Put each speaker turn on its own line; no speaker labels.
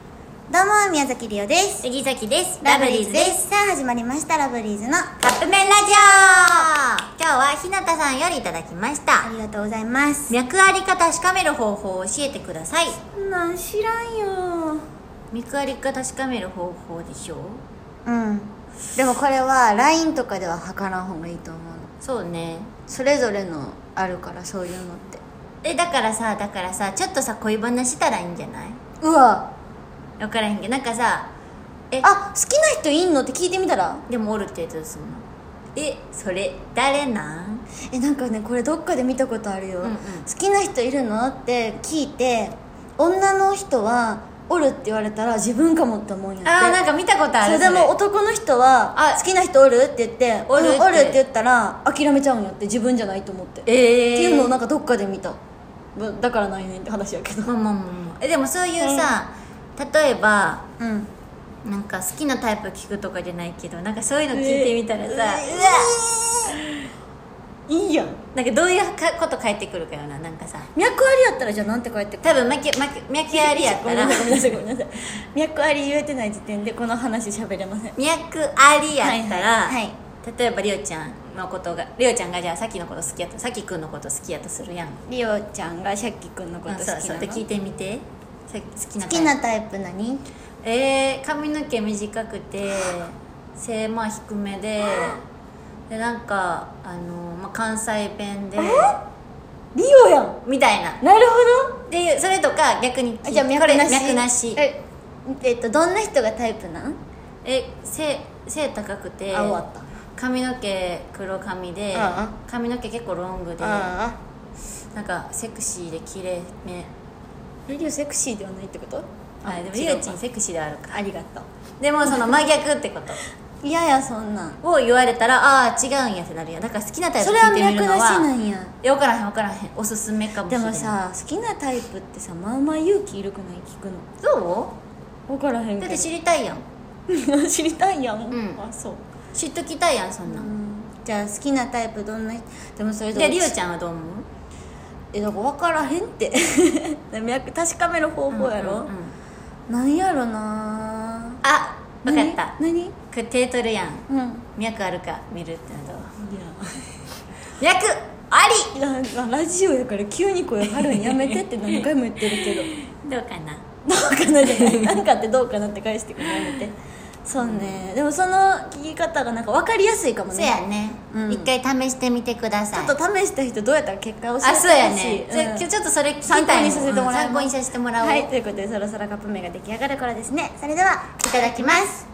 どうも宮崎りおです
杉崎です
さあ始まりましたラブリーズのあ
カップ麺ラジオ今日は日向さんよりいただきました
りがとうございます
脈ありか確かめる方法を教えてください
なん知らんよ
脈ありか確かめる方法でしょう
うんでもこれは LINE とかでは測らん方がいいと思うの
そうね
それぞれのあるからそういうのって
えだからさだからさちょっとさ恋バナしたらいいんじゃないう
わ
分からへんけどなんかさえ
あ好きな人いんのって聞いてみたら
でもおるってやつすんのえそれ誰なん
えなんかねこれどっかで見たことあるよ、
うんうん
好きな人いるのって聞いて女の人はおるって言われたら自分かもって思うんやって
あーなんか見たことあ
そ
る
れでも男の人は
あ
好きな人おるって言って
おるって
うんおるって言ったら諦めちゃうんよって自分じゃないと思って、
え
っていうのを
な
なんかどっかで見たぶだからないねんって話やけど
まあまあまあまあえでもそういうさ、例えば
うん
なんか好きなタイプ聞くとかじゃないけどなんかそういうの聞いてみたらさ、
いいやん
なんかどういうかこと返ってくるかよななんかさ
脈ありやったらじゃあなんて書いて
多分巻き巻き巻きありやっ
ご
た
めん な
ら
さいごめんなさいごめんなさい脈あり言えてない時点でこの話喋れません
脈ありやっ
は
たら、
いはいはい
例えばりおちゃんのことがりおちゃんがじゃあさっきのこと好きやとさきくんのこと好きやとするやん
リオちゃんがシャッキ君のこと
あ
好きな
そう
の
そうって聞いてみてさ好きな
好きなタイプ何
えー、髪の毛短くて背まあ低めででなんかあの、まあ、関西弁で
リオやん
みたいなっ
なるほど
ていうそれとか逆に聞い
じゃあ
こ
脈
れ
なし
脈なし
ええっとどんな人がタイプなん
え背背高くて
あ終わった
髪の毛黒髪で
ああ
髪の毛結構ロングでな
あ
んかセクシーで綺麗め
あリオセクシーではないってこと
あでも
違
り
う
おちんセクシーであるか
ありがと
でもその真逆ってこと
ういやいやそんなん
を言われたらああー違うんやってなるやんだから好きなタイプ
それは
聞いてみ
脈
る
な
の
し
は
なんや
いや分からへん分からへんおすすめかもし
で
れない
もさ好きなタイプってさまあまあ勇気いるくない聞くの
ど
分からへん
う
け
だ
ど
って知りたいやん
知りたいやん、
ん
あそう、
知っときたいやんそんなん、
じゃあ好きなタイプどんな人でもそれ
でりおちゃんはどう思う
えだから分からへんって 脈確かめる方法やろ、
んんん
なんやろな
あ分かったこ
何
れ手取るやん
何
脈あるか見るってのはどう
う
脈あ
んいやなんかラジオやから急に声張るんやめてって何回も言ってるけ ど
りどうかな
どうかなじゃない何かってどうかなって返してくれやめてそうね、でもその聞き方がなんか分かりやすいかもね
そうやね、
うん
一回試してみてください
ちょっと試した人どうやったら結果教えてほしい
あそうやね、
ん
ちょちょっとそれ聞きた
参考に
いもん
させてもらおう
参考にさせてもらおう、
はいということでそろそろカップ麺が出来上がるからですねそれではいただきます